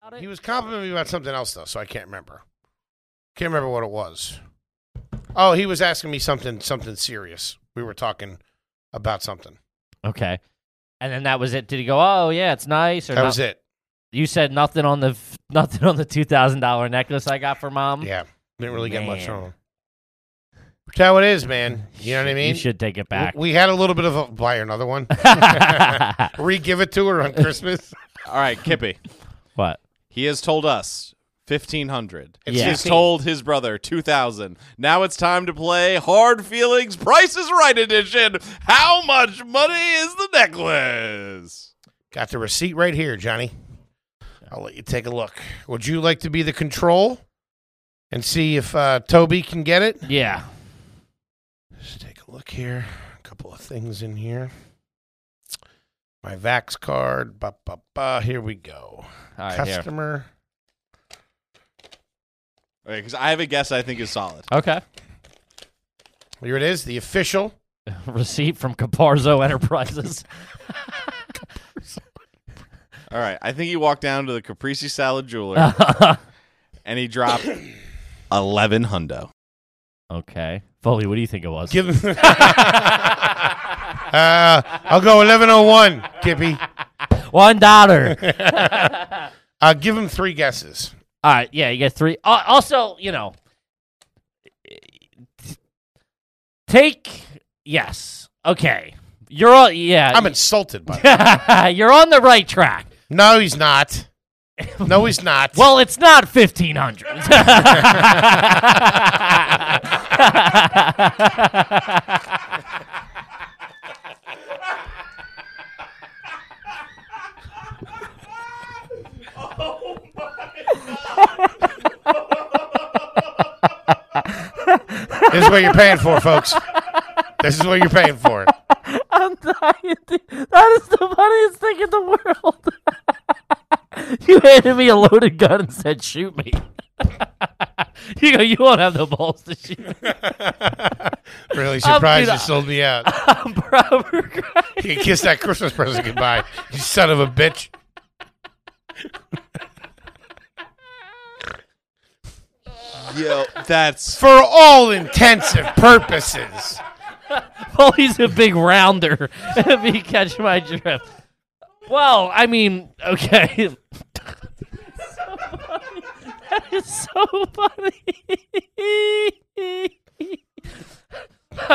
about it. He was complimenting me about something else though, so I can't remember. Can't remember what it was. Oh, he was asking me something something serious. We were talking about something. okay. And then that was it. Did he go? Oh yeah, it's nice. Or that no- was it. You said nothing on the f- nothing on the two thousand dollar necklace I got for mom. Yeah. Didn't really get much Hmm? Man. wrong. Which how it is, man. You know what I Shit, mean? You should take it W- back. We had a little bit of a buy her another one. Re give it to her on Christmas. All right, Kippy. what? He has told us 1500. It's Yeah. He has 15. told his brother 2000. Now it's time to play Hard Feelings Price is Right edition. How much money is the necklace? Got the receipt right here, Johnny. I'll let you take a look. Would you like to be the control and see if uh, Toby can get it? Yeah. Let's take a look here. A couple of things in here. My Vax card. Ba, ba, ba. Here we All go. right. Here. Customer. Because I have a guess I think is solid. Okay. Here it is. The official. Receipt from Caparzo Enterprises. All right. I think he walked down to the Caprese Salad Ah. Jeweler okay. and he dropped 11 hundo. Foley, what do you think it was? Give him. Uh, I'll go 1101, Kippy. One dollar. Uh, give him three guesses. All right. Yeah, you get three. Uh, also, you know, take yes. Okay. You're all yeah. I'm insulted by that. you're on the right track. No, he's not. No, he's not. Well, it's not 1500. this is what you're paying for, folks. This is what you're paying for. I'm dying. dude. That is the funniest thing in the world. you handed me a loaded gun and said, "Shoot me." you go. You won't have the balls to shoot. me." Really surprised dude, you sold me out. I'm proper crying. You can kiss that Christmas present goodbye, you son of a bitch. Yo, that's. For all intensive purposes. Well, he's a big rounder. if you catch my drift. Well, I mean, okay. that is so funny.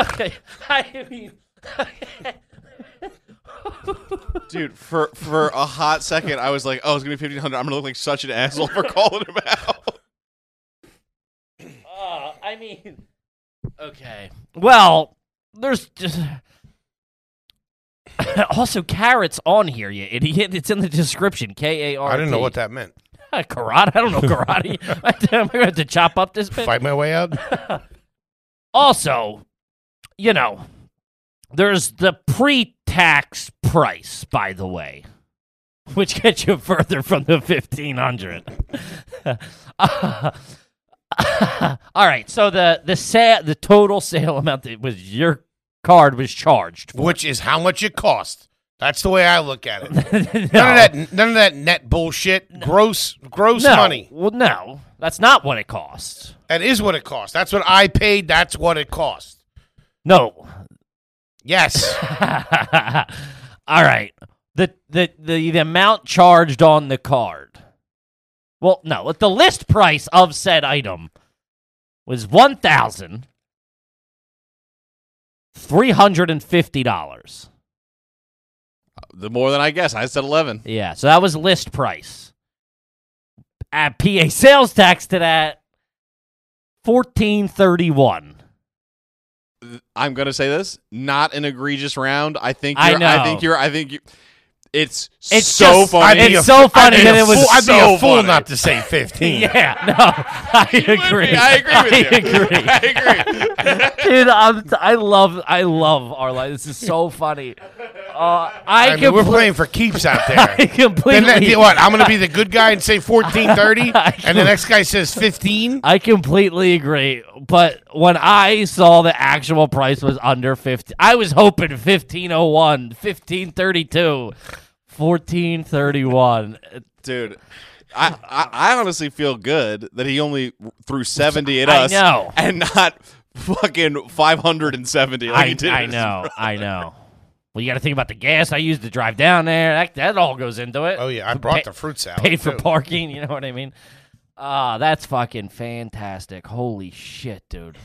okay, I mean, Dude, for, for a hot second, I was like, oh, it's going to be 1500 I'm going to look like such an asshole for calling him out. uh, I mean, okay. Well, there's just. also, carrots on here, you idiot. It's in the description. K A R. I didn't know what that meant. karate. I don't know karate. I'm gonna have to chop up this bit. Fight my way out? also, you know, there's the pre-tax price, by the way, which gets you further from the fifteen hundred. Uh, all right, so the the sa- the total sale amount that was your card was charged. Which is how much it cost. That's the way I look at it. None no, of that none of that net bullshit. Gross gross no. money. Well, no, that's not what it costs. That is what it cost. That's what I paid. That's what it cost. No, Yes. All right. The, the the the amount charged on the card. Well, no, the list price of said item was one thousand three hundred and fifty dollars. The more than I guess. I said 11. Yeah, so that was list price. Add PA sales tax to that fourteen thirty one. I'm gonna say this, not an egregious round. I think I you're, I, know. think you're. I think you. It's, It's so just- funny. I'd be It's a- so funny I'd be that a it was fool- I'd be so a fool funny. not to say 15. Yeah, no, I agree. I agree with you. agree. I agree. Dude, I'm t- I love I love our life. This is so funny. Uh, I, I mean, compl- we're playing for keeps out there. I Then that- completely. what? I'm going to be the good guy and say 1430, and the next guy says 15. I completely agree. But when I saw the actual price was under 50, I was hoping 1501, 1532, 1431. Dude, I, I, I honestly feel good that he only threw 70 at I us know. and not fucking 570 like he I, did. I know. I know. Well, you got to think about the gas I used to drive down there. That, that all goes into it. Oh yeah, I brought Pay- the fruit salad. Paid for too. parking. You know what I mean? Ah, that's fucking fantastic. Holy shit, dude.